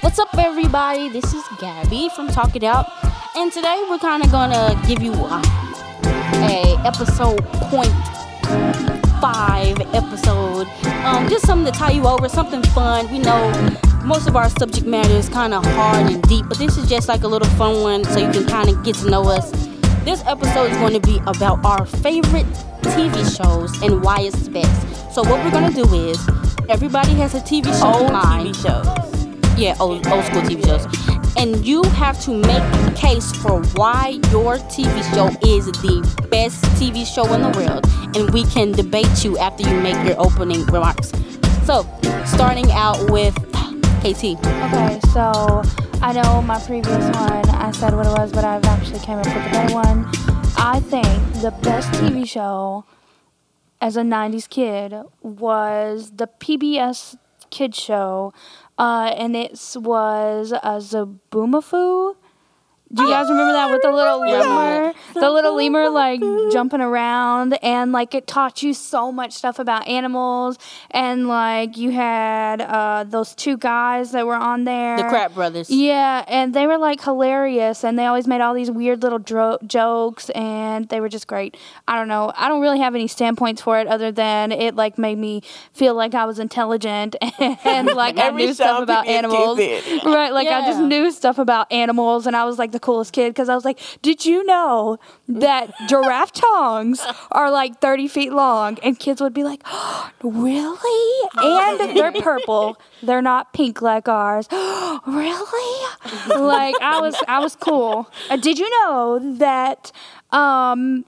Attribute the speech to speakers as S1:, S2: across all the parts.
S1: What's up, everybody? This is Gabby from Talk It Out, and today we're kind of gonna give you a, a episode point five episode, um, just something to tie you over, something fun. We know most of our subject matter is kind of hard and deep, but this is just like a little fun one, so you can kind of get to know us. This episode is going to be about our favorite TV shows and why it's the best. So what we're gonna do is everybody has a TV show
S2: old
S1: in mind
S2: TV shows.
S1: yeah, old, old school TV shows. And you have to make a case for why your TV show is the best TV show in the world. And we can debate you after you make your opening remarks. So, starting out with KT.
S3: Okay, so I know my previous one, I said what it was, but I've actually came up with a better one. I think the best TV show as a 90s kid was the PBS kid show, uh, and it was a Zaboomafoo. Do you guys remember that with the little lemur? The little lemur like jumping around and like it taught you so much stuff about animals and like you had uh, those two guys that were on there.
S1: The Crap Brothers.
S3: Yeah, and they were like hilarious, and they always made all these weird little dro- jokes, and they were just great. I don't know. I don't really have any standpoints for it other than it like made me feel like I was intelligent and like I
S2: Every
S3: knew stuff
S2: show
S3: about
S2: could be a
S3: animals.
S2: tidbit.
S3: Right, like I just
S1: Yeah.
S3: knew stuff about animals, and I was like the coolest kid because I was like, "Did you know that giraffe tongues are like thirty feet long?" And kids would be like, "Really?" And they're purple; they're not pink like ours. really? Like I was, I was cool. Uh, did you know that? Um,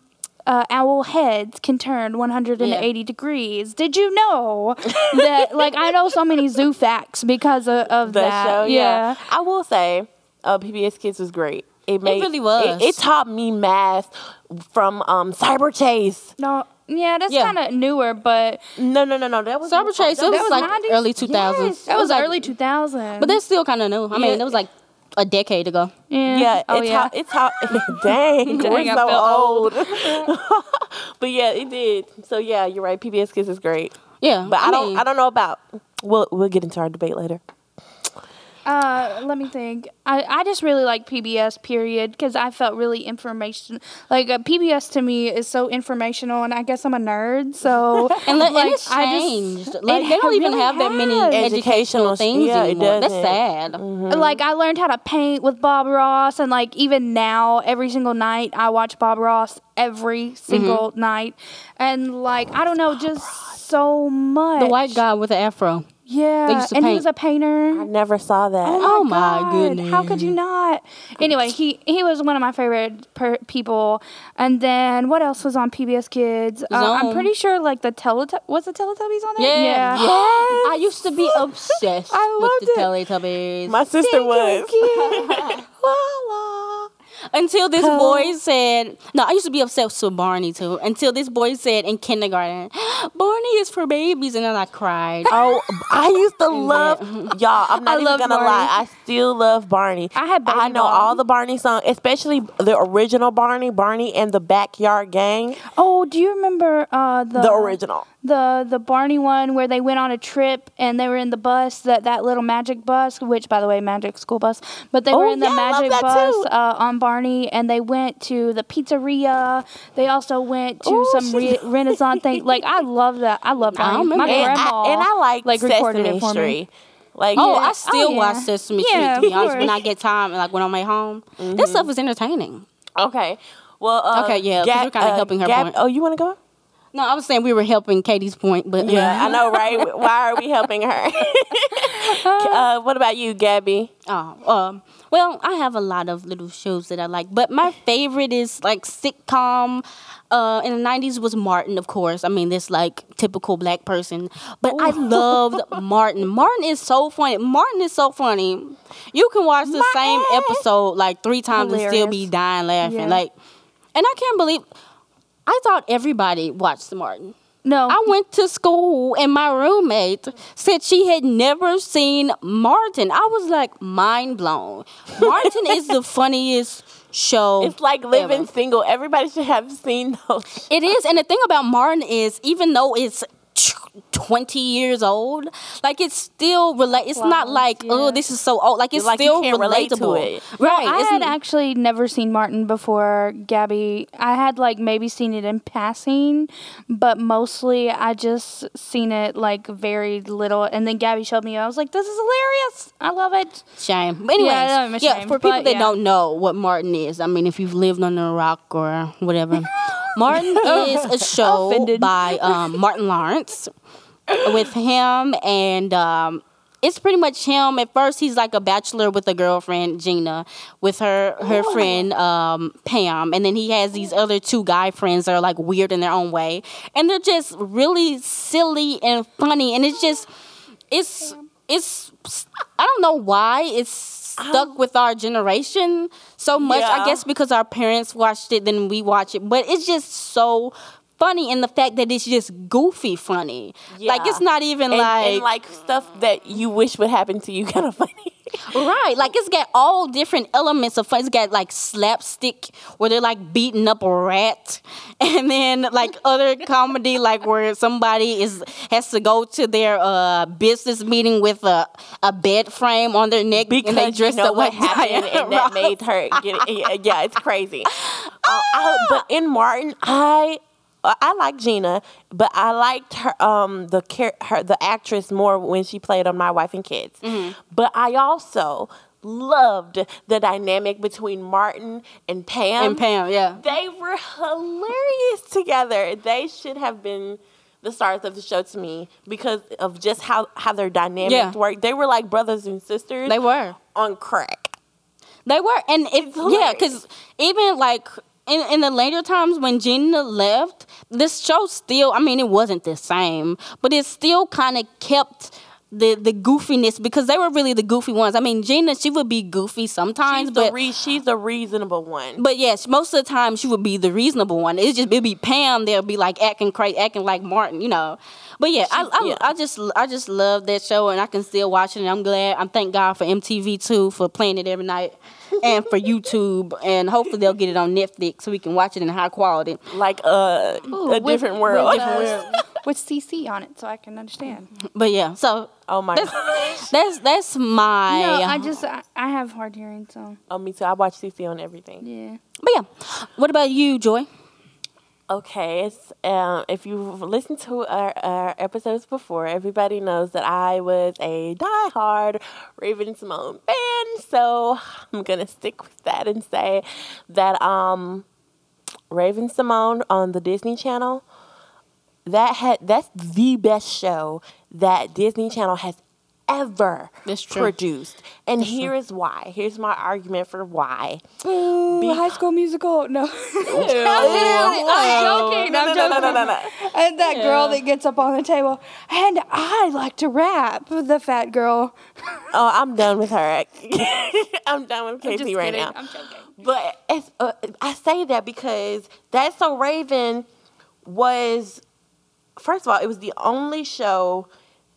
S3: uh, owl heads can turn 180 degrees. Did you know that? Like, I know so many zoo facts because of, of
S2: The
S3: that.
S2: show, yeah. I will say, uh, PBS Kids was great. It, made,
S1: really was.
S2: It, it taught me math from um, Cyber Chase.
S3: No, yeah, that's
S1: Yeah.
S3: kind of newer, but
S2: No, no, no, no. That was
S1: Cyber Chase, it
S2: that
S1: was,
S3: was
S1: like
S3: 90s?
S1: early 2000s.
S3: Yes, that
S1: It
S3: was,
S1: like-
S3: early 2000.
S1: But they're still kind of new. I mean,
S2: Yeah.
S1: it was like a decade ago.
S3: yeah,
S2: Yeah,
S3: oh
S2: it's
S3: yeah.
S2: how it's how dang,
S3: Dang,
S2: we're
S3: I
S2: so
S3: felt
S2: old. but yeah, it did. So yeah, you're right. PBS Kids is great.
S1: Yeah.
S2: But
S1: mean,
S2: I, don't I don't know about we'll we'll get into our debate later.
S3: Uh, let me think. I, I just really like PBS period because I felt really information like uh, PBS to me is so informational, and I guess I'm a nerd, so
S1: And, let, and
S3: like,
S1: it's
S3: I just-
S1: changed. like,
S3: it
S1: they don't even
S3: really
S1: have that many
S3: has.
S1: educational
S2: Educational-
S1: things
S2: yeah, it
S1: anymore. That's
S2: doesn't. Mm-hmm.
S1: sad.
S3: Like I learned how to paint with Bob Ross, and like even now, every single night I watch Bob Ross
S1: Mm-hmm.
S3: every single night, and like
S1: Oh,
S3: I don't know, just so much.
S1: The white guy with the afro.
S3: yeah,
S1: that used to
S3: and he
S1: paint.
S3: was a painter.
S2: I never saw that.
S1: Oh my goodness.
S3: How could you not? Anyway, he he was one of my favorite per- people. And then what else was on PBS Kids? Uh,
S1: Zone.
S3: I'm pretty sure like the Teletubbies was the Teletubbies on there.
S1: Yeah. I used to be obsessed
S2: I
S1: with the
S2: loved
S1: Teletubbies.
S2: My sister was.
S1: until this boy said, no, I used to be obsessed with Barney too. Until this boy said in kindergarten, Barney is for babies. And then I cried.
S2: Oh, I used to love y'all. I'm not even
S3: love
S2: gonna
S3: Barney.
S2: lie. I still love Barney.
S3: I had Barney
S2: I know
S3: doll.
S2: all the Barney songs, especially the original Barney, Barney and the Backyard Gang.
S3: Oh, do you remember uh, the
S2: The original.
S3: the the Barney one where they went on a trip and they were in the bus that that little magic bus, which by the way, magic school bus, but they were
S2: Oh,
S3: in the
S2: yeah, I love
S3: magic
S2: that
S3: bus
S2: too.
S3: uh, on Barney and they went to the pizzeria. They also went to
S2: Ooh,
S3: some
S2: Oh, she-
S3: re- Renaissance thing. Like I love that. I love
S1: I
S3: Barney. My
S1: remember that.
S2: And
S3: grandma
S2: I, and I like,
S3: like recorded
S2: Sesame
S3: it for me.
S2: Street. Like
S1: Oh,
S3: Yeah.
S1: I still
S3: Oh, yeah.
S1: watch Sesame Street
S3: Yeah,
S1: to be
S3: of
S1: honest. When I
S3: course.
S1: get time, like when I'm at home, this stuff is entertaining.
S2: okay. Well, uh,
S1: Okay, yeah, 'cause
S2: Gab-
S1: we're kinda
S2: uh,
S1: helping her
S2: Gab-
S1: point.
S2: Oh, you want to go?
S1: No, I was saying we were helping Katie's point, but uh,
S2: Yeah, I know, right? Why are we helping her? uh, what about you, Gabby?
S1: Oh, um, well, I have a lot of little shows that I like, but my favorite is like sitcom. Uh, in the '90s was Martin, of course. I mean, this like typical black person, but I
S3: Oh.
S1: loved Martin. Martin is so funny. Martin is so funny. You can watch the same episode like three times and still be
S3: Hilarious.
S1: dying laughing.
S3: Yeah.
S1: Like, and I can't believe I thought everybody watched Martin.
S3: no,
S1: I went to school and my roommate said she had never seen Martin. I was like mind blown. Martin is the funniest show.
S2: It's like living
S1: ever.
S2: single. Everybody should have seen those.
S1: It is, and the thing about Martin is, even though it's 20 years old. Like it's still relate. It's not
S3: Wow,
S1: like
S3: yeah.
S1: oh this is so old. Like it's
S2: Like, you
S1: still
S2: can't relate to
S1: relatable.
S2: it.
S1: Right.
S3: I
S1: it's
S3: had
S1: n-
S3: actually never seen Martin before Gabby. I had like maybe seen it in passing, but mostly I just seen it like very little. And then Gabby showed me. I was like, "This is hilarious! I love it."
S1: Shame. But anyways,
S3: Yeah,
S1: yeah,
S3: I'm ashamed,
S1: for people
S3: but
S1: that
S3: yeah.
S1: don't know what Martin is, I mean, if you've lived under a rock or whatever, Martin is a show
S3: Offended.
S1: by um, Martin Lawrence with him, and um, it's pretty much him. At first, he's like a bachelor with a girlfriend, Gina, with her her friend um, Pam, and then he has these other two guy friends that are like weird in their own way, and they're just really silly and funny, and it's just it's it's I don't know why it's stuck with our generation so much. I
S2: Yeah.
S1: guess because our parents watched it, then we watch it. But it's just so funny in the fact that it's just goofy funny. Like
S2: Yeah.
S1: it's not even
S2: And,
S1: like,
S2: and like stuff that you wish would happen to you, kind of funny.
S1: right. Like it's got all different elements of fun. It's got like slapstick where they're like beating up a rat, and then like other comedy like where somebody is has to go to their uh, business meeting with a a bed frame on their neck
S2: because
S1: and they dressed
S2: you know
S1: up
S2: what
S1: like
S2: happened,
S1: Diana
S2: and that
S1: Ross.
S2: made her get. It. Yeah, it's crazy. Uh, I- but in Martin, I uh, I like Gina, but I liked her um the char- her the actress more when she played on My Wife and Kids.
S1: Mm-hmm.
S2: But I also loved the dynamic between Martin and Pam.
S1: and Pam. Yeah.
S2: They were hilarious together. They should have been the stars of the show to me because of just how, how their dynamics
S1: Yeah.
S2: worked. They were like brothers and sisters
S1: They were.
S2: on crack.
S1: They were, and it, yeah,
S2: hilarious.
S1: because even like in, in the later times when Gina left, this show still. I mean, it wasn't the same, but it still kind of kept. The, the goofiness because they were really the goofy ones. I mean, Gina, she would be goofy sometimes,
S2: She's, the
S1: but
S2: re- she's the reasonable one.
S1: but yes, most of the time she would be the reasonable one. It's just it'd be Pam. They'll be like acting crazy, acting like Martin, you know. But yeah, I, I,
S2: yeah.
S1: I just I just love that show, and I can still watch it. And I'm glad. I'm thank God for MTV too for playing it every night, and for YouTube, and hopefully they'll get it on Netflix so we can watch it in high quality.
S2: like uh, a
S3: with-
S2: different world.
S3: With, uh, with CC on it, so I can understand.
S1: But yeah, so
S2: oh my god.
S1: that's that's my.
S3: No,
S2: uh-huh.
S3: I just I, I have hard hearing, so
S2: Oh, me too. I watch CC on everything.
S3: yeah.
S1: But yeah, what about you, Joy?
S2: Okay, it's, um, if you've listened to our, our episodes before, everybody knows that I was a diehard Raven Simone fan, so I'm gonna stick with that and say that um, Raven Simone on the Disney Channel that had that's the best show that Disney Channel has ever
S1: That's true.
S2: produced, and here is why. Here's my argument for why. Be-
S3: High School Musical, no.
S2: Oh.
S3: I'm joking.
S2: No,
S3: I'm
S2: no, no, no, no,
S3: joking.
S2: no.
S3: And that girl that gets up on the table, and I like to rap. The fat girl.
S2: Oh, I'm done with her. I'm done with
S3: I'm
S2: Casey
S3: just
S2: right
S3: kidding.
S2: now.
S3: I'm joking.
S2: But it's, uh, I say that because That's So Raven was, first of all, it was the only show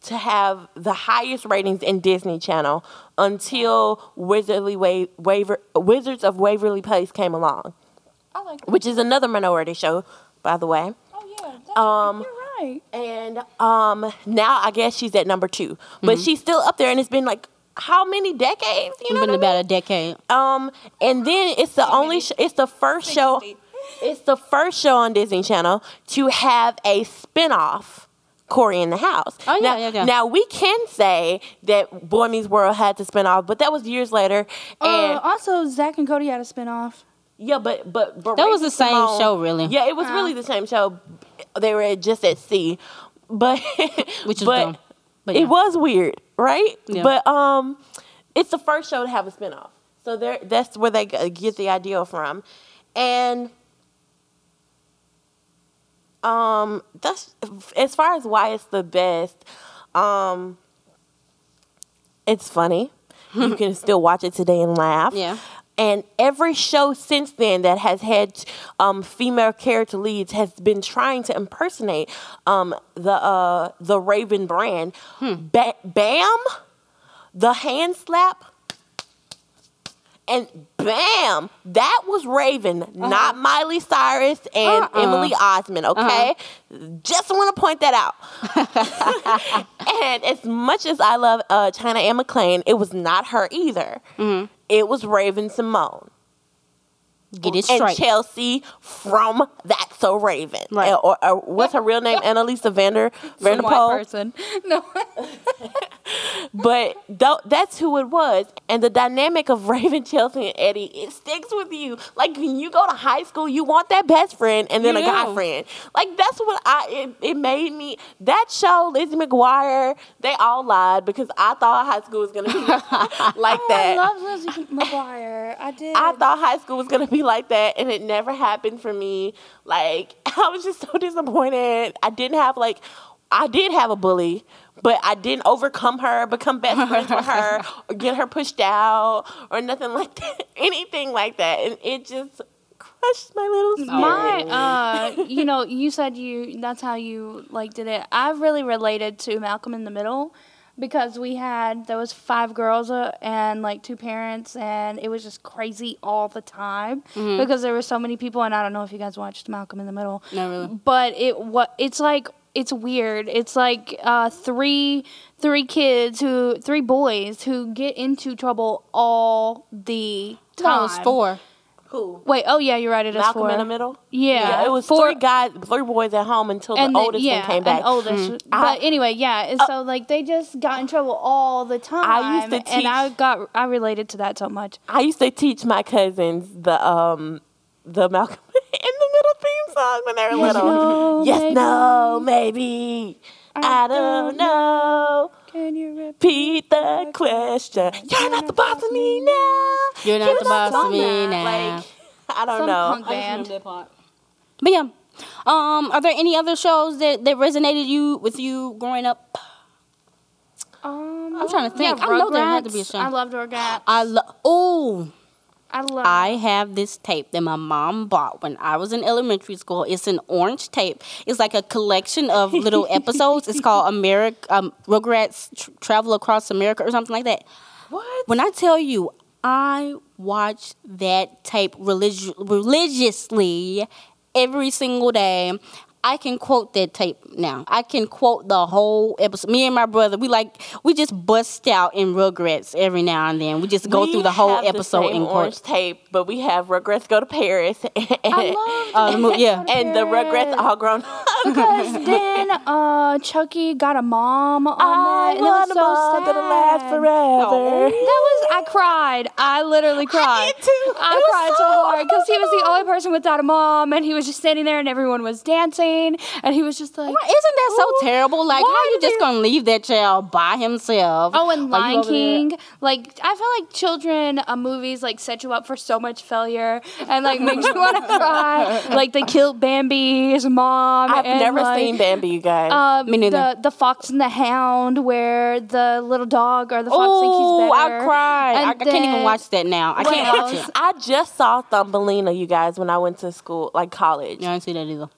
S2: to have the highest ratings in Disney Channel until Wizardly Wa- Waver- Wizards of Waverly Place came along,
S3: I like.
S2: which is another minority show, by the way.
S3: Oh yeah. That's,
S2: Um,
S3: you're right.
S2: And um, now I guess she's at number 2 but she's still up there, and it's been like how many decades? You
S1: It's been
S2: know, what I mean?
S1: about a decade.
S2: Um, and then it's the only sh- it's the first show it's the first show on Disney Channel to have a spin-off Corey in the House.
S1: Oh, yeah,
S2: now,
S1: yeah, yeah.
S2: Now we can say that Boy Meets World had to spin off, but that was years later. And
S1: Oh,
S3: Uh, also, Zach and Cody had a spinoff.
S2: yeah, but but, but
S1: That was
S2: Raven
S1: the same
S2: Simone-
S1: show, really. Uh-huh.
S2: Yeah, it was really the same show. They were just at sea, but
S1: Which is
S2: but
S1: dumb. But yeah.
S2: it was weird, right?
S1: Yeah.
S2: But um, it's the first show to have a spinoff, so there that's where they g- get the idea from, and um, that's as far as why it's the best. Um, it's funny. You can still watch it today and laugh.
S1: Yeah.
S2: And every show since then that has had um, female character leads has been trying to impersonate um, the uh, the Raven brand.
S1: Hmm.
S2: Ba- Bam, the hand slap, and bam, that was Raven, not Miley Cyrus and
S1: Uh-huh. Uh-uh. Uh-huh.
S2: Emily Osmond, okay? Just want to point that out. and as much as I love uh, China Ann McClain, it was not her either.
S1: Mm-hmm.
S2: It was Raven Simone
S1: Get it
S2: and
S1: straight.
S2: Chelsea from That's So Raven.
S1: Right.
S2: Uh, Or, or what's her real name? Annalisa Vander
S3: Some white
S2: Vanderpool.
S3: person. No.
S2: But tho- that's who it was. And the dynamic of Raven, Chelsea, and Eddie, it sticks with you. Like when you go to high school, you want that best friend and then
S1: You
S2: a
S1: do.
S2: guy friend. Like that's what I, it, it made me. That show, Lizzie McGuire, they all lied because I thought high school was going to be like
S3: I
S2: that.
S3: love Lizzie McGuire. I did.
S2: I thought high school was gonna be like that, and it never happened for me. Like I was just so disappointed. I didn't have like, I did have a bully, but I didn't overcome her, become best friends with her, or get her pushed out, or nothing like that, anything like that. And it just crushed my little spirit.
S3: My, uh, you know, you said you that's how you like did it. I really related to Malcolm in the Middle because we had there was five girls uh, and like two parents and it was just crazy all the time because there were so many people and I don't know if you guys watched Malcolm in the Middle.
S1: Not really.
S3: But it what it's like it's weird. It's like uh, three three kids who three boys who get into trouble all the time.
S1: No, it's four.
S2: Who?
S3: Wait, oh yeah, you're right. It is
S2: Malcolm
S3: four.
S2: in the Middle.
S3: Yeah,
S2: it was
S3: four-
S2: three guys, three boys at home until the,
S3: the-
S2: oldest one came back.
S3: And
S2: Hmm.
S3: oldest.
S2: I- Oh.
S3: But anyway, yeah. and So like they just got in trouble all the time.
S2: I used to teach-
S3: and I got I related to that so much.
S2: I used to teach my cousins the um the Malcolm in the Middle theme song when they were
S3: Yes,
S2: little.
S3: no,
S2: yes,
S3: maybe.
S2: no, maybe. I, don't know.
S3: Can you rip?
S2: Repeat the question. You're not the boss of me now.
S1: You're not
S2: He was
S1: the boss
S2: on
S1: of me
S2: that.
S1: now.
S2: Like I don't
S3: Some
S2: know.
S3: punk band.
S1: But yeah. Um, are there any other shows that, that resonated you with you growing up?
S3: Um,
S1: I'm trying to think.
S3: Yeah,
S1: I know there had to
S3: Rugrats.
S1: be a show.
S3: I loved Rugrats.
S1: I love. Oh,
S3: I love.
S1: I have this tape that my mom bought when I was in elementary school. It's an orange tape. It's like a collection of little episodes. It's called America um, Rugrats Tr- Travel Across America or something like that.
S2: What?
S1: When I tell you, I watch that tape religi- religiously every single day. I can quote that tape now. I can quote the whole episode. Me and my brother, we like we just bust out in Rugrats every now and then. We just go
S2: We
S1: through the whole
S2: have
S1: episode
S2: the
S1: in
S2: same orange
S1: quote.
S2: tape, but we have Rugrats go to Paris and,
S3: I loved
S1: Uh, the mo- yeah.
S2: and the Rugrats all grown up.
S3: Because then uh, Chucky got a mom on
S2: I
S3: that. and
S2: want
S3: that was
S2: a
S3: so
S2: ball
S3: sad.
S2: that'll last forever.
S3: That was I cried. I literally cried.
S2: did too.
S3: I
S2: It was
S3: cried so
S2: so
S3: hard because he was the only person without a mom, and he was just standing there, and everyone was dancing, and he was just like,
S1: Why- Isn't that so terrible? Like,
S3: Why
S1: how you
S3: do
S1: just
S3: they-
S1: gonna leave that child by himself?
S3: "Oh, and
S1: Are you
S3: Lion
S1: over there?
S3: King." Like I feel like children uh, movies like set you up for so much failure, and like makes you want to cry. Like they killed Bambi's mom.
S2: I've
S3: and,
S2: never
S3: like,
S2: seen Bambi, you guys.
S3: Um,
S1: Me neither.
S3: The, the Fox and the Hound, where the little dog or the fox
S1: Ooh,
S3: thinks he's better.
S1: I cried. I, I
S3: And
S1: can't even
S3: then-
S1: watch that now. I can't watch
S3: else?
S1: it.
S2: I just saw Thumbelina, you guys, when I went to school, like college.
S1: No, I didn't see that either.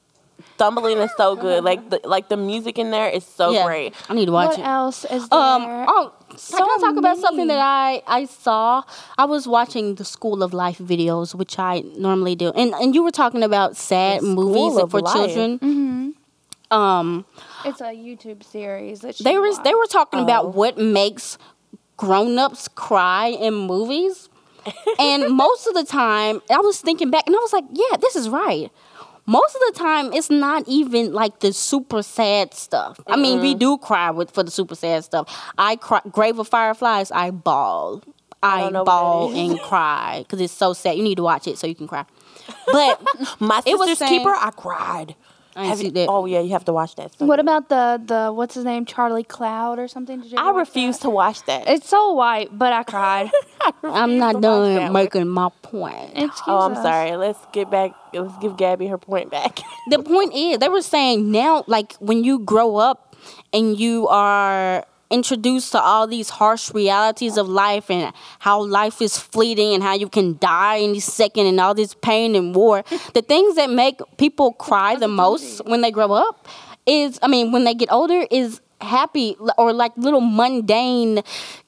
S2: Thumbelina is so good. Like the like the music in there is so
S1: yeah,
S2: great.
S1: I need to watch
S3: What
S1: it.
S3: else is there?
S1: Um, oh, so can I talk about something
S3: many.
S1: that I, I saw? I was watching the School of Life videos, which I normally do, and and you were talking about sad
S2: The
S1: movies
S2: School of
S1: for
S2: Life. Mm-hmm.
S1: children. Um,
S3: It's a YouTube series that she
S1: they were they were talking
S2: Oh.
S1: about what makes grown-ups cry in movies and most of the time i was thinking back and i was like yeah this is right most of the time it's not even like the super sad stuff i mean
S2: Mm-hmm.
S1: we do cry with for the super sad stuff i cry grave of fireflies i bawl i,
S2: don't know what that
S1: bawl
S2: is.
S1: and cry because it's so sad you need to watch it so you can cry but
S2: My
S1: It was
S2: sister's
S1: saying-
S2: keeper, I cried.
S1: I ain't
S2: Have
S1: see
S2: you-
S1: that.
S2: Oh yeah, you have to watch that.
S3: What about the the what's his name Charlie Cloud or something? Did you
S2: I
S3: ever watch
S2: refuse
S3: that?
S2: to watch that.
S3: It's so white, but I cried.
S1: Oh, i'm not done making my point
S3: Excuse
S2: oh, I'm
S3: us.
S2: sorry. Let's get back. Let's give Gabby her point back.
S1: the point is they were saying now like when you grow up and you are introduced to all these harsh realities of life and how life is fleeting and how you can die any second and all this pain and war the things that make people cry the most when they grow up is i mean when they get older is happy or like little mundane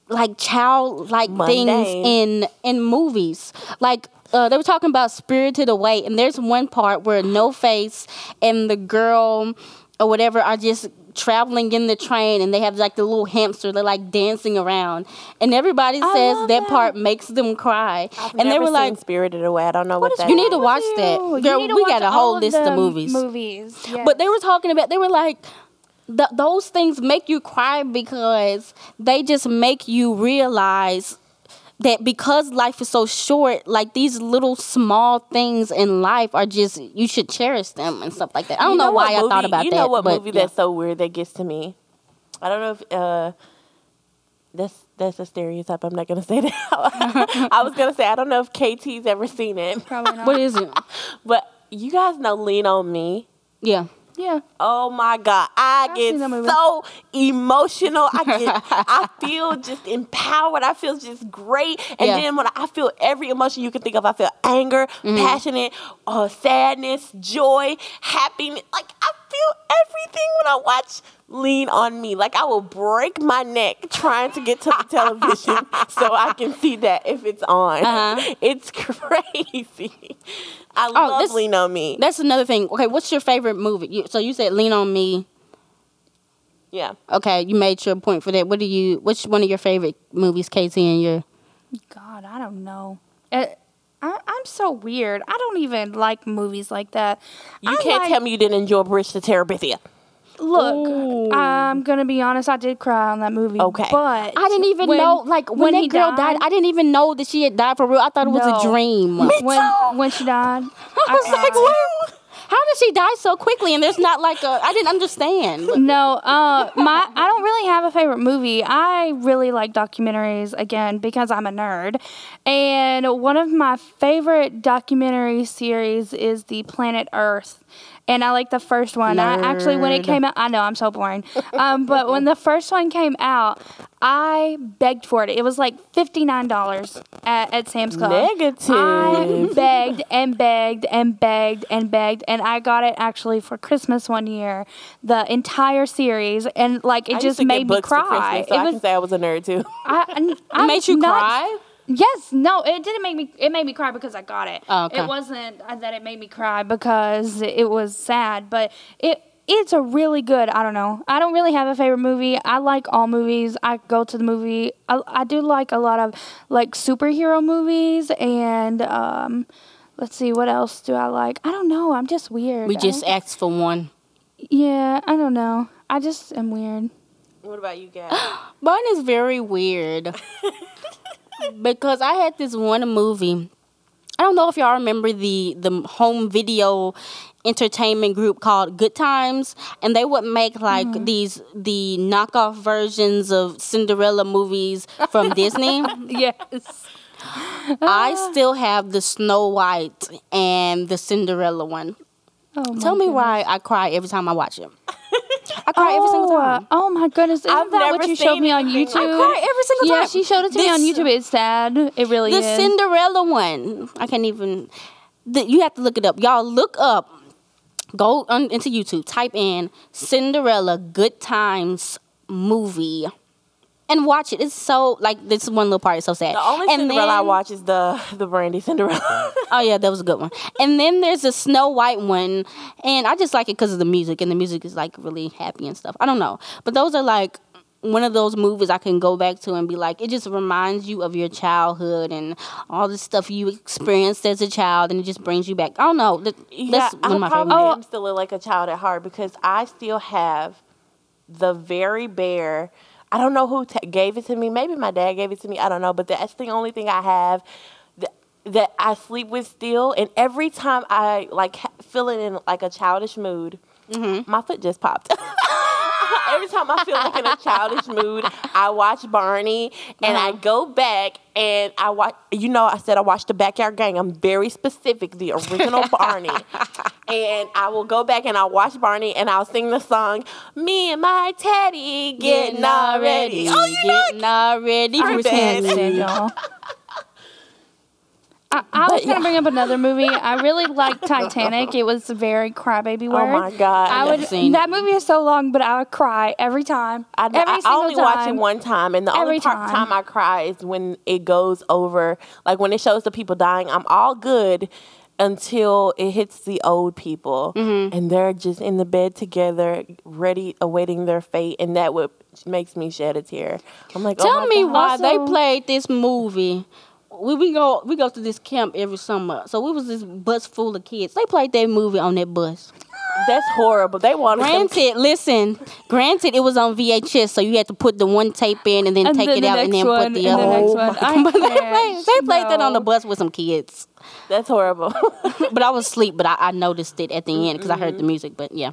S1: like childlike things
S2: Mundane.
S1: in in movies like uh, they were talking about spirited away and there's one part where no face and the girl or whatever are just traveling in the train and they have like the little hamster they're like dancing around and everybody says
S2: love
S1: that, part makes them cry
S2: I've
S1: and
S2: never
S1: they were
S2: seen
S1: like
S2: Spirited Away. I don't know what,
S1: is
S2: that
S1: you need to
S2: is.
S1: watch that. Girl,
S3: need to
S1: we
S3: watch
S1: got a
S3: all
S1: whole
S3: of
S1: list of
S3: the
S1: movies.
S3: Movies, yes.
S1: But they were talking about, they were like, th- those things make you cry because they just make you realize that because life is so short, like these little small things in life are just, you should cherish them and stuff like that. I don't
S2: You
S1: know,
S2: what
S1: why I thought
S2: movie-
S1: about
S2: you
S1: that.
S2: know what
S1: but,
S2: movie
S1: yeah.
S2: that's so weird that gets to me? I don't know if uh, that's that's a stereotype. I'm not gonna say that. I was gonna say I don't know if KT's ever seen it,
S3: Probably not.
S1: What is it?
S2: but you guys know Lean on Me.
S1: Yeah.
S3: yeah.
S2: Oh my god, I
S3: I've
S2: get
S3: seen that movie.
S2: so emotional. I get, I feel just empowered. I feel just great. And
S1: Yeah.
S2: then when I, I feel every emotion you can think of, I feel anger, passionate, uh, sadness, joy, happiness. Like I feel everything when I watch Lean on Me. Like I will break my neck trying to get to the television so I can see that if it's on.
S1: Uh-huh.
S2: It's crazy. I love
S1: this-
S2: Lean on Me.
S1: That's another thing. Okay, what's your favorite movie? You, so you said Lean on Me.
S2: yeah.
S1: Okay, you made your point for that. What do you, which one of your favorite movies, Casey, and your.
S3: God, I don't know. Uh, I, I'm so weird. I don't even like movies like that.
S2: You
S3: I
S2: can't
S3: like-
S2: tell me you didn't enjoy Bridge to Terabithia.
S3: Look,
S1: Ooh.
S3: I'm gonna be honest. I did cry on that movie.
S2: Okay.
S3: but
S1: I didn't even
S3: when-
S1: know, like, when,
S3: when
S1: that
S3: he
S1: girl died,
S3: died-
S1: I didn't even know that she had died for real. I thought it was a
S3: No.
S1: dream.
S3: when when she died, I
S1: was like,
S3: cried.
S1: what? How did she die so quickly? And there's not like a, I didn't understand.
S3: No, uh, my I don't really have a favorite movie. I really like documentaries again because I'm a nerd, and one of my favorite documentary series is the Planet Earth, and I like the first one. I actually when it
S1: Nerd.
S3: came out, I know I'm so boring, um, but when the first one came out, I begged for it. It was like fifty nine dollars at, at Sam's Club. I
S2: Negative.
S3: begged and begged and begged and begged, and I got it actually for Christmas one year, the entire series, and like it
S2: I used
S3: just
S2: to get
S3: made me
S2: books for
S3: cry.
S2: Christmas, so
S3: it
S2: I
S3: was
S2: can say I was a nerd too.
S3: I, n- I
S1: It made
S3: was
S1: you
S3: not-
S1: cry?
S3: Yes, no, it didn't make me. It made me cry because I got it.
S1: Oh, okay.
S3: It wasn't uh, that it made me cry because it was sad, but it it's a really good. I don't know. I don't really have a favorite movie. I like all movies. I go to the movie. I, I do like a lot of like superhero movies and um, let's see what else do I like. I don't know. I'm just weird.
S1: We
S3: I
S1: just
S3: don't-
S1: asked for one.
S3: yeah. I don't know. I just am weird.
S2: What about you guys?
S1: Mine is very weird because I had this one movie. I don't know if y'all remember the the home video entertainment group called Good Times, and they would make like these the knockoff versions of Cinderella movies from Disney.
S3: Yes.
S1: I still have the Snow White and the Cinderella one.
S3: Oh my
S1: Tell me
S3: goodness.
S1: why I cry every time I watch it. I cry every single time.
S3: Oh my goodness! Isn't
S2: I've
S3: that
S2: never
S3: what you showed
S2: seen
S3: me on
S2: anything
S3: YouTube?
S2: like
S1: I cry every single
S3: yeah,
S1: time.
S3: she showed it to me on
S1: This-
S3: YouTube. It's sad. It really
S1: the
S3: is.
S1: Cinderella one. I can't even. The, you have to look it up. Y'all look up. Go on, into YouTube. Type in Cinderella Good Times movie, and watch it. It's so like this one little part is so sad.
S2: The only
S1: and
S2: Cinderella I
S1: then-
S2: watch is the the Brandy Cinderella.
S1: Oh yeah, that was a good one. And then there's the Snow White one, and I just like it because of the music, and the music is like really happy and stuff. I don't know, but those are like one of those movies I can go back to and be like, it just reminds you of your childhood and all the stuff you experienced as a child, and it just brings you back. I don't know. That, that's one
S2: I
S1: of my favorite.
S2: probably
S1: movies.
S2: am still like a child at heart because I still have the very bare. I don't know who t- gave it to me. Maybe my dad gave it to me. I don't know, but that's the only thing I have that, that I sleep with still. And every time I like ha- feeling in like a childish mood, my foot just popped. every time I feel like in a childish mood, I watch Barney and I go back and I watch. You know, I said I watched the Backyard Gang. I'm very specific, the original Barney. And I will go back and I'll watch Barney and I'll sing the song, Me and my Teddy getting all ready. Oh, you know,
S1: getting all ready
S2: I
S1: for
S2: bet.
S1: Santa.
S3: y'all. I, I was
S2: But
S3: gonna
S2: yeah.
S3: bring up another movie. I really liked Titanic. It was very crybaby
S2: Oh
S3: word.
S2: my god!
S3: I would.
S1: seen
S3: that movie is so long, but I would cry every time.
S2: I,
S3: every
S2: I
S3: single
S2: only
S3: time.
S2: watch it one time, and the only
S3: Every
S2: part,
S3: time.
S2: time. I cry is when it goes over, like when it shows the people dying. I'm all good until it hits the old people, and they're just in the bed together, ready, awaiting their fate, and that would makes me shed a tear. I'm like, oh
S1: Tell
S2: my
S1: me
S2: God.
S1: why they
S3: Also-
S1: played this movie. We, we go we go to this camp every summer. So we was this bus full of kids. They played that movie on that bus.
S2: that's horrible. They wanted them
S1: Granted, listen, granted it was on VHS, so you had to put the one tape in and then
S3: And
S1: take
S3: then
S1: it
S3: the
S1: out and
S3: next
S1: then
S3: one,
S1: put the
S3: and
S1: other
S3: the
S1: one.
S3: next one. I
S1: But they played,
S3: can't,
S1: they played that on the
S3: no.
S1: bus with some kids.
S2: That's horrible.
S1: But I was asleep, but I, I noticed it at the end because I heard
S3: Mm-hmm.
S1: the music. But yeah.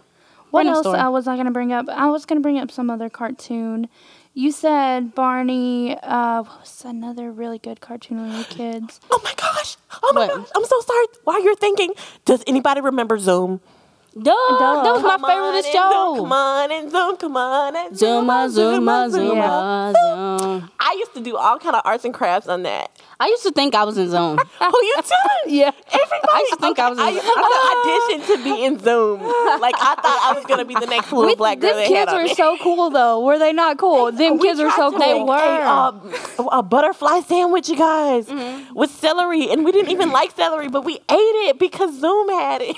S3: What
S1: Random
S3: else
S1: story.
S3: I was not gonna bring up? I was gonna bring up some other cartoon. You said Barney. Uh, what was another really good cartoon when we were kids?
S2: oh my gosh. Oh my
S1: What?
S2: gosh. I'm so sorry. While you're thinking, does anybody remember Zoom?
S1: Duh, that was my favorite
S2: show. Come
S1: show.
S2: on and Zoom. Come on and Zoom.
S1: Zuma, Zuma, Zuma, Zuma.
S2: I used to do all kind of arts and crafts on that.
S1: I used to think I was in Zoom.
S2: Who you telling?
S3: Yeah.
S2: Everybody.
S1: I used to think I was in
S2: I used to- I auditioned to be in Zoom. Like I thought I was gonna be the next little black girl.
S3: Them
S2: they had
S3: kids
S2: on
S3: were
S2: there.
S3: so cool though. Were they not cool? Them
S2: We
S3: kids were
S2: tried
S3: so
S2: to
S3: cool.
S2: make A, uh, a butterfly sandwich, you guys, with celery, and we didn't even like celery, but we ate it because Zoom had it.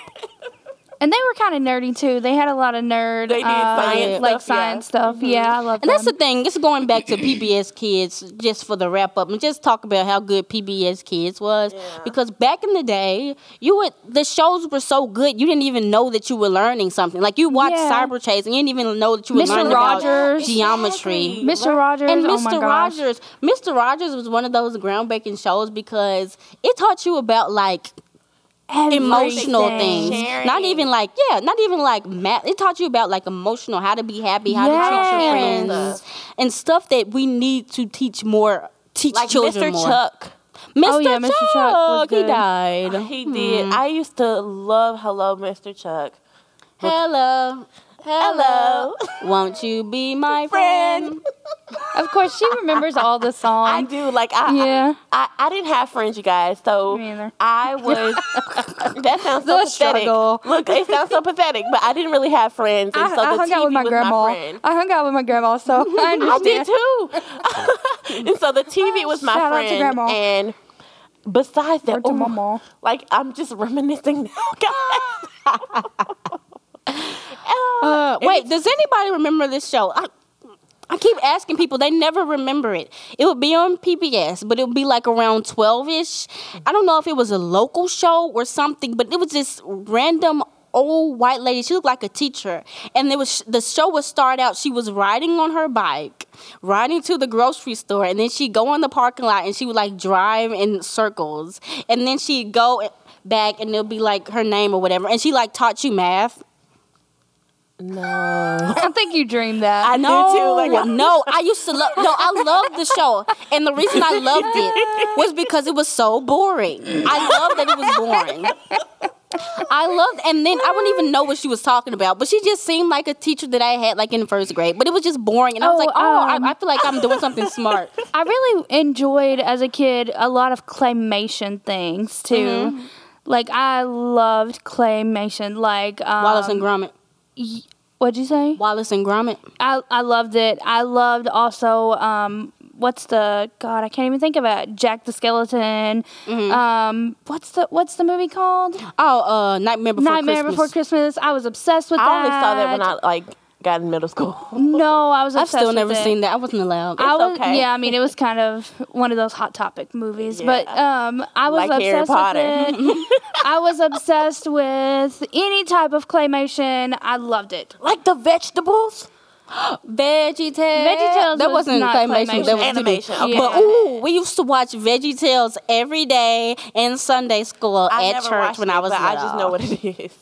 S3: And they were kind of nerdy too. They had a lot of nerd,
S2: They did
S3: uh, like
S2: science stuff, yeah. Mm-hmm.
S3: science stuff. Yeah, I love
S1: And that's the
S3: them.
S1: thing. It's going back to PBS Kids just for the wrap up and just talk about how good PBS Kids was
S2: Yeah.
S1: because back in the day, you would the shows were so good you didn't even know that you were learning something. Like you watched
S3: Yeah.
S1: Cyber Chase and you didn't even know that you were
S3: Mr.
S1: learning about
S3: Rogers.
S1: geometry.
S2: Exactly.
S3: Mr. Rogers
S1: And
S3: oh
S1: Mr.
S3: my gosh.
S1: Rogers, Mr. Rogers was one of those groundbreaking shows because it taught you about like emotional
S3: Everything.
S1: things. Not
S2: Sharing.
S1: even like yeah, not even like math. It taught you about like emotional, how to be happy, how
S3: Yes.
S1: to treat your friends, and stuff that we need to teach more. Teach
S2: Like
S1: children
S2: Mr.
S1: more.
S2: Chuck. Uh,
S1: Mr.
S3: Oh, yeah,
S1: Chuck,
S3: Mr. Chuck was
S1: he
S3: good.
S1: died.
S2: He did. I used to love Hello, Mr. Chuck.
S1: Hello, Hmm. hello.
S2: Hello.
S1: Won't you be my
S2: Friend.
S1: friend?
S3: Of course, she remembers all the songs.
S2: I do. Like I,
S3: Um, Yeah.
S2: I, I didn't have friends, you guys. So
S3: Me either.
S2: I was. that sounds so
S3: The
S2: pathetic.
S3: struggle.
S2: Look, it sounds so pathetic, but I didn't really have friends, and
S3: I,
S2: so
S3: I
S2: the
S3: hung
S2: TV
S3: out with my
S2: was
S3: grandma.
S2: my friend.
S3: I hung out with my grandma, so I
S2: I
S3: understand. Oh,
S2: did too. and so the TV was my
S3: Shout out to
S2: friend,
S3: Grandma.
S2: and besides that,
S3: Or to
S2: ooh,
S3: mama.
S2: like I'm just reminiscing now, guys.
S1: Uh,
S2: And
S1: wait, does anybody remember this show? I, I keep asking people, they never remember it. It would be on PBS, but it would be like around 12 ish. I don't know if it was a local show or something, but it was this random old white lady. She looked like a teacher. And there was the show would start out, she was riding on her bike, riding to the grocery store, and then she'd go in the parking lot and she would like drive in circles. And then she'd go back and it'll be like her name or whatever. And she like taught you math.
S2: No,
S3: I think you dreamed that.
S2: I
S1: No,
S2: do too. Like I-
S1: no, I used to love. No, I loved the show, and the reason I loved it was because it was so boring. I loved that it was boring. I loved, and then I wouldn't even know what she was talking about, but she just seemed like a teacher that I had like in first grade. But it was just boring, and I was
S3: Oh,
S1: like, oh,
S3: um,
S1: I, I feel like I'm doing something smart.
S3: I really enjoyed as a kid a lot of claymation things too.
S2: Mm-hmm.
S3: Like I loved claymation. Like um,
S1: Wallace and Gromit.
S3: y- what'd you say?
S1: Wallace and Gromit.
S3: I I loved it. I loved also um what's the God I can't even think of it. Jack the Skeleton.
S2: Mm-hmm.
S3: Um what's the what's the movie called?
S1: Oh, uh, Nightmare Before
S3: Nightmare
S1: Christmas.
S3: Before Christmas. I was obsessed with
S2: I
S3: that.
S2: only saw that when I like got in middle school.
S3: No, I was
S1: I've
S3: obsessed
S1: still
S3: with
S1: never
S3: it.
S1: seen that. I wasn't allowed.
S3: I was,
S2: okay.
S3: Yeah, I mean, it was kind of one of those hot topic movies, but
S2: Yeah.
S3: um, I was
S2: Like Harry
S3: obsessed
S2: Potter.
S3: with it. I was obsessed with any type of claymation. I loved it.
S2: Like the vegetables.
S1: Veggie Tales.
S3: VeggieTales
S1: That
S3: was
S1: wasn't
S3: not
S1: claymation. That was
S2: claymation.
S1: 2D.
S2: Animation, okay.
S1: But
S3: Yeah.
S1: ooh, we used to watch Veggie Tales every day in Sunday school
S2: I
S1: at
S2: never
S1: church
S2: watched
S1: when
S2: it,
S1: I was
S2: but
S1: little.
S2: I just know what it is.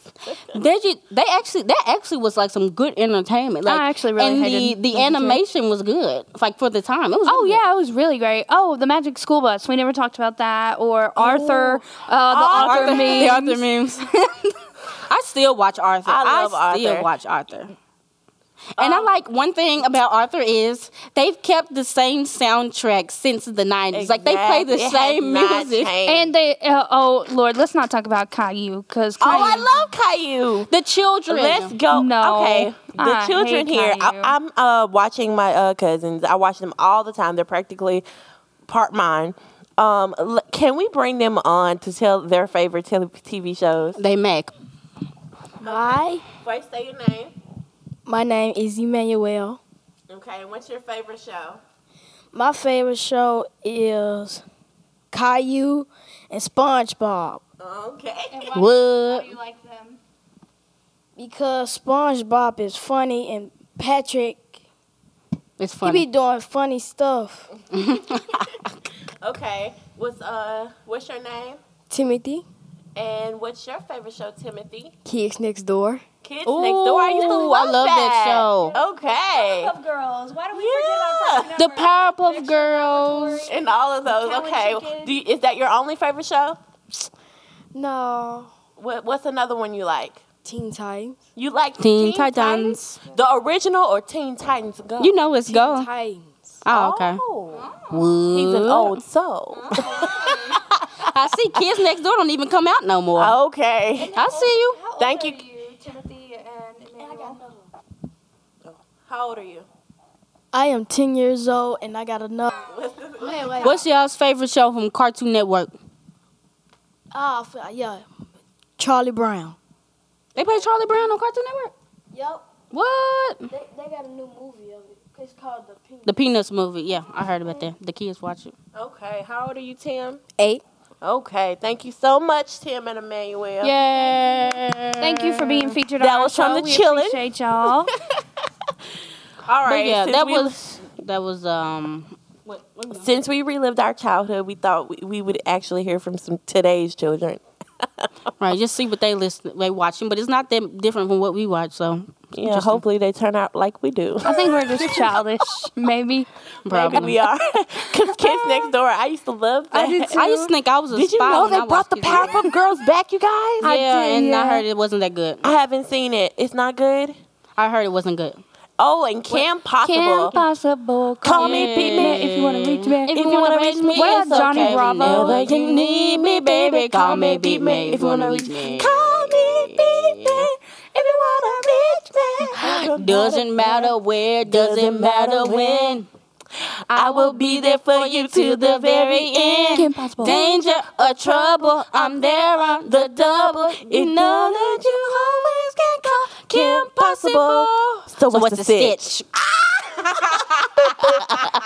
S1: Veggie. They actually that actually was like some good entertainment. Like
S3: actually really
S1: and
S3: hated
S1: the the
S3: Veggie Tales.
S1: animation was good. Like for the time, it was.
S3: Oh
S1: really
S3: yeah, it was really great. Oh, the Magic School Bus. We never talked about that. Or Arthur, uh, the Arthur,
S1: good.
S3: meme.
S1: the Arthur memes. I still watch Arthur.
S2: I love
S1: still
S2: Arthur. Um,
S1: watch Arthur. And I like one thing about Arthur is they've kept the same soundtrack since the 90s. Like they play the
S2: Exactly. It has
S1: same
S2: not
S1: music.
S2: changed.
S3: And they, uh, oh Lord, let's not talk about Caillou because
S2: oh, I love Caillou.
S1: The children.
S2: Let's go.
S3: No.
S2: Okay. The
S3: I
S2: children
S3: hate
S2: here.
S3: Caillou.
S2: I, I'm uh, watching my uh, cousins. I watch them all the time. They're practically part mine. Um, l- can we bring them on to tell their favorite tele- TV shows?
S1: They make.
S4: Hi,
S2: First, say your name.
S4: my name is Emmanuel.
S2: Okay. And what's your favorite show?
S4: My favorite show is Caillou and SpongeBob
S2: Okay.
S1: What?
S3: you like them?
S4: because SpongeBob is funny and Patrick
S1: It's
S4: he
S1: funny.
S4: be doing funny stuff.
S2: Okay. What's uh? What's your name?
S4: Timothy,
S2: And what's your favorite show, Timothy?
S4: Kids Next Door.
S2: Kids Next Door. I used to
S1: Ooh,
S2: love,
S1: I love that show.
S2: Okay.
S5: Powerpuff Girls. Why do we
S2: Yeah.
S5: forget
S1: The
S5: our first
S1: Powerpuff Girls.
S2: And all of those.
S5: Cow and
S2: Okay.
S5: chicken.
S2: Do you, is that your only favorite show?
S4: No,
S2: What, what's another one you like?
S4: Teen Titans.
S2: You like
S1: Teen Titans.
S2: The original or Teen Titans Go?
S1: You know it's go.
S4: Titans.
S1: Oh, okay.
S2: Oh,
S1: What?
S2: he's an old soul.
S5: Uh-huh.
S1: I see kids next door don't even come out no more.
S2: Oh. okay.
S1: I see you.
S5: How old
S2: Thank
S5: are
S2: you.
S5: Timothy and Emmanuel.
S2: Oh. How old are you?
S4: I am 10 years old and I got another. Wait, wait.
S1: What's y'all's favorite show from Cartoon Network?
S4: Ah, f- yeah. Charlie Brown.
S1: They play Charlie Brown on Cartoon Network.
S4: Yep.
S1: What?
S4: They, they got a new movie of it. It's called The Pink.
S1: The Peanuts movie. Yeah, I heard about that. The kids watch it.
S2: Okay. How old are you, Tim?
S4: Eight.
S2: Okay. Thank you so much, Tim and Emmanuel.
S1: Yeah.
S3: Thank you for being featured.
S2: That
S3: on
S2: was
S3: our
S2: from
S3: show.
S2: the
S3: we
S2: Chillin'.
S3: Appreciate y'all.
S2: All
S1: But
S2: right.
S1: yeah,
S2: since
S1: that
S2: we-
S1: was that was um.
S2: Since we relived our childhood, we thought we, we would actually hear from some today's children.
S1: Right, just see what they listen, they watching, but it's not that different from what we watch. So
S2: Yeah, hopefully they turn out like we do.
S3: I think we're just childish, maybe.
S1: probably.
S2: Maybe we are. Because Kids Next Door, I used to love that.
S1: I used to think I was a
S2: Did you
S1: spy
S2: know
S1: when I
S2: they brought
S1: watched
S2: the
S1: Kids Next Door.
S2: Powerpuff Girls back, you guys?
S1: Yeah,
S2: I,
S1: and I heard it wasn't that good.
S2: haven't seen it. It's not good.
S1: I heard it wasn't good.
S2: Oh, and Cam Possible.
S3: Kim Possible.
S2: Call me, beat me.
S3: if you want to reach me.
S1: If you wanna reach me,
S3: what
S1: it's
S3: up, Johnny
S1: okay.
S3: Bravo?
S1: Whenever you need me, baby, call me, beat me. If you wanna reach me,
S2: Call me, beat me. If you wanna reach me,
S1: doesn't matter where, doesn't matter when. I will be there for you to the very end.
S3: Kim Possible.
S1: Danger or trouble, I'm there on the double. You know that you always can call Kim Possible.
S2: So
S1: So
S2: what's the stitch?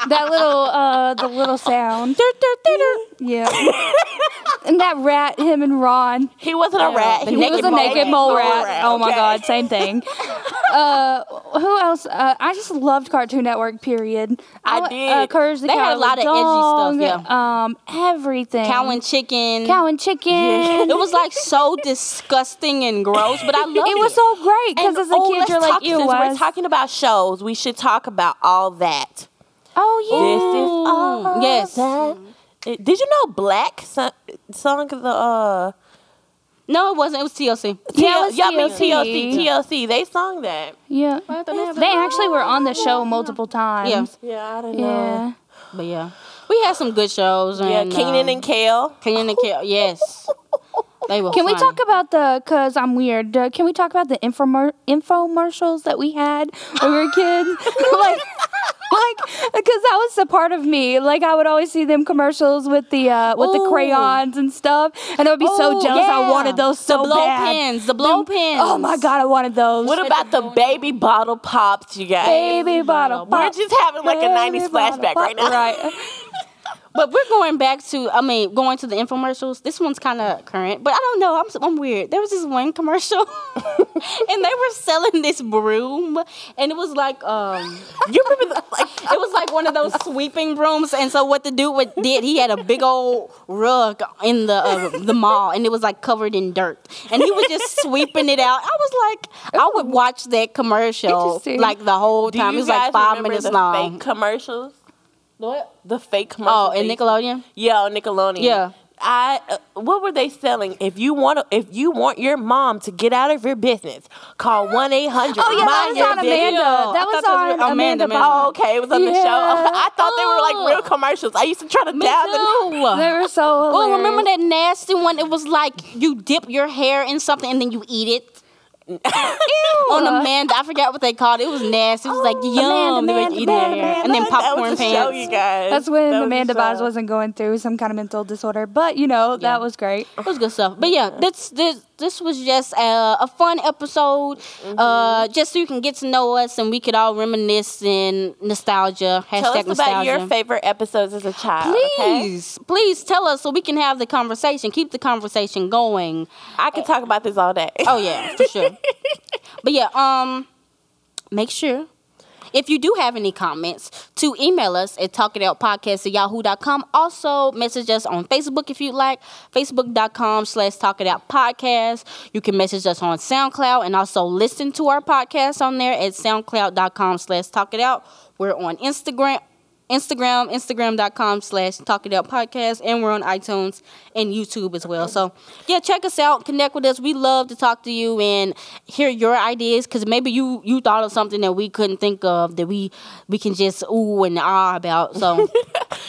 S3: That little, uh, the little sound. Yeah. and that rat, him and Ron.
S2: He wasn't a rat.
S3: he was a naked mole rat. Oh my
S2: okay.
S3: god, same thing. uh, who else? Uh, I just loved Cartoon Network. Period.
S2: I
S3: w-
S2: did.
S3: Uh, Courage the
S1: They had a lot of
S3: Cowardly
S1: edgy stuff,
S3: Dog, Um, everything.
S1: Cow and chicken.
S3: Cow and chicken.
S1: it was like so disgusting and gross, but I loved it.
S3: it was so great because
S2: And,
S3: as a
S2: oh,
S3: kid
S2: let's
S3: you're like,
S2: talk-
S3: ew,
S2: since
S3: was.
S2: we're talking about shows, we should talk about all that.
S3: oh yeah.
S2: This is all
S1: yes.
S2: that. It- did you know Black sung, sung the uh
S1: No, it wasn't. It was TLC.
S3: Yeah, it was
S2: T- I mean,
S3: TLC.
S2: TLC TLC they sung that.
S3: Yeah. They actually were on the show multiple times.
S2: Yeah, I don't
S3: Yeah.
S1: But yeah, we had some good shows. And,
S2: Yeah, Keenan
S1: um,
S2: and Kale.
S1: Keenan and Kel. Yes, they were.
S3: Can we
S1: funny.
S3: talk about the? Cause I'm weird. Uh, can we talk about the infomer- infomercials that we had when we were kids? like, like, because that was a part of me. Like, I would always see them commercials with the uh, with the
S1: Ooh.
S3: crayons and stuff, and I would be so
S1: Ooh,
S3: jealous.
S1: yeah.
S3: I wanted those
S1: the
S3: so
S1: blow
S3: bad.
S1: pins? The blow pins.
S3: Oh my god, I wanted those.
S2: What about the baby bottle pops, you guys?
S3: baby bottle
S2: We're
S3: pop?
S2: just having like a
S3: Baby
S2: '90s
S3: bottle
S2: flashback
S3: pop.
S2: right now.
S3: Right.
S1: But we're going back to. I mean, going to the infomercials. This one's kind of current, but I don't know. I'm s- I'm weird. There was this one commercial, and they were selling this broom, and it was like um.
S2: You remember the, like
S1: It was like one of those sweeping rooms, and so what the dude would, did, he had a big old rug in the uh, the mall, and it was like covered in dirt, and he was just sweeping it out. I was like, I would watch that commercial
S3: Interesting.
S1: like the whole
S2: do
S1: time. It
S2: you
S1: was like
S2: guys
S1: five
S2: remember
S1: minutes
S2: the
S1: long.
S2: Fake commercials.
S1: What?
S2: The fake commercials.
S1: Oh, and
S2: they-
S1: Nickelodeon.
S2: Yeah, on Nickelodeon.
S1: Yeah.
S2: I uh, what were they selling? If you want to, if you want your mom to get out of your business, call one eight hundred.
S3: Oh, yeah, that was on Amanda.
S1: Yeah, I
S3: That was
S1: thought that
S3: on
S1: was
S3: Amanda.
S1: Amanda, man.
S3: Bond.
S2: Oh, okay. It was on the
S3: Yeah.
S2: show. I thought they were like real commercials. I used to try to
S1: Oh. Me
S2: down them.
S1: too.
S3: They were so.
S1: Oh, remember
S3: hilarious.
S1: that nasty one? It was like you dip your hair in something and then you eat it. On
S2: Uh-huh.
S1: Amanda, I forgot what they called it. It was nasty. It was
S2: Oh,
S1: like yum.
S3: Amanda,
S1: they were
S3: Amanda,
S1: eating their
S3: Amanda,
S1: hair. and then
S2: That was
S1: popcorn
S2: a Show,
S1: pants.
S2: you guys.
S3: That's when
S2: That was a
S3: Amanda Bynes
S2: show.
S3: wasn't going through some kind of mental disorder, but you know
S1: uh, Yeah.
S3: that was great.
S1: It was good stuff. But yeah, this this this was just a, a fun episode. Uh,
S2: Mm-hmm.
S1: just so you can get to know us and we could all reminisce in nostalgia. Hashtag
S2: Tell us about
S1: nostalgia.
S2: your favorite episodes as a child. Okay?
S1: Please, please tell us so we can have the conversation. Keep the conversation going.
S2: I could talk about this all day.
S1: Oh yeah, for sure. but yeah, um, make sure if you do have any comments to email us at talkitoutpodcast at yahoo.com. Also message us on Facebook if you'd like, facebook.com slash talkitoutpodcast. You can message us on SoundCloud and also listen to our podcast on there at soundcloud.com slash talkitout. We're on Instagram. Instagram, Instagram.com slash Talk It Out Podcast, and we're on iTunes and YouTube as well. So, yeah, check us out, connect with us. We love to talk to you and hear your ideas because maybe you you thought of something that we couldn't think of that we we can just ooh and ah about. So,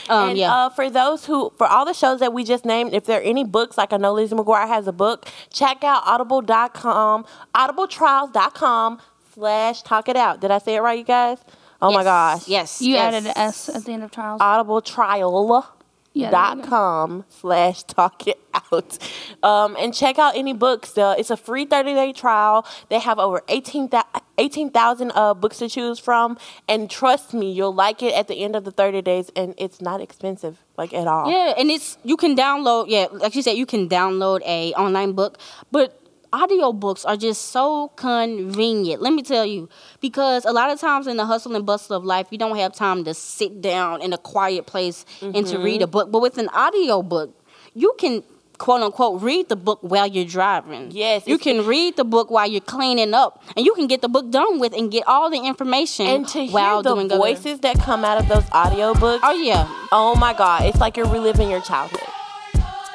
S1: um,
S2: and
S1: yeah,
S2: uh, for those who, for all the shows that we just named, if there are any books, like I know Lizzie McGuire has a book, check out audible.com, audibletrials.com slash talk it out. Did I say it right, you guys? Oh my
S1: Yes,
S2: gosh.
S1: yes,
S3: You
S1: yes.
S3: added an S at the end of Charles.
S2: Audibletrial.com
S3: Yeah, there you
S2: dot
S3: go.
S2: com slash talk it out um, and check out any books uh, it's a free 30-day trial they have over 18000 18,000 uh, books to choose from and trust me you'll like it at the end of the 30 days and it's not expensive like at all
S1: Yeah, and it's you can download. Yeah, like you said, you can download a online book, but audiobooks are just so convenient. Let me tell you, because a lot of times in the hustle and bustle of life, you don't have time to sit down in a quiet place and to
S2: Mm-hmm.
S1: read a book. But with an audiobook, you can quote unquote read the book while you're driving.
S2: Yes,
S1: You
S2: it's-
S1: can read the book while you're cleaning up and you can get the book done with and get all the information
S2: and to
S1: while
S2: hear the
S1: doing other-
S2: voices that come out of those audiobooks
S1: Oh yeah.
S2: oh my god it's like you're reliving your childhood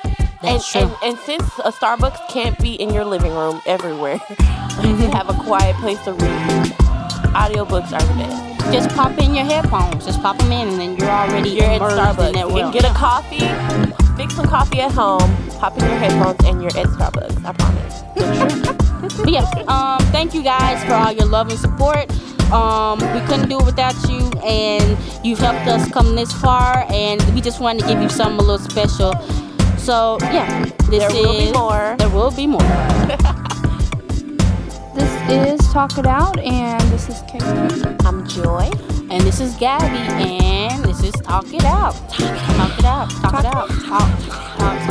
S2: and,
S1: That's
S2: and,
S1: true.
S2: and since a Starbucks can't be in your living room everywhere, you have a quiet place to read. Audiobooks are the best.
S1: Just pop in your headphones. Just pop them in, and then you're already
S2: You're at
S1: immersed
S2: Starbucks.
S1: in that
S2: You
S1: world.
S2: can get a coffee, fix some coffee at home, pop in your headphones, and you're at Starbucks. I promise.
S1: But yeah, um, thank you guys for all your love and support. Um, we couldn't do it without you, and you've helped us come this far. And we just wanted to give you something a little special. So yeah, this
S2: There
S1: is
S2: will be more.
S1: There will be more.
S3: This is Talk It Out, and this is Kate.
S2: I'm Joy.
S1: And this is Gabby, and this is Talk It Out. Talk it out. Talk it out. Talk, it out. Talk, talk,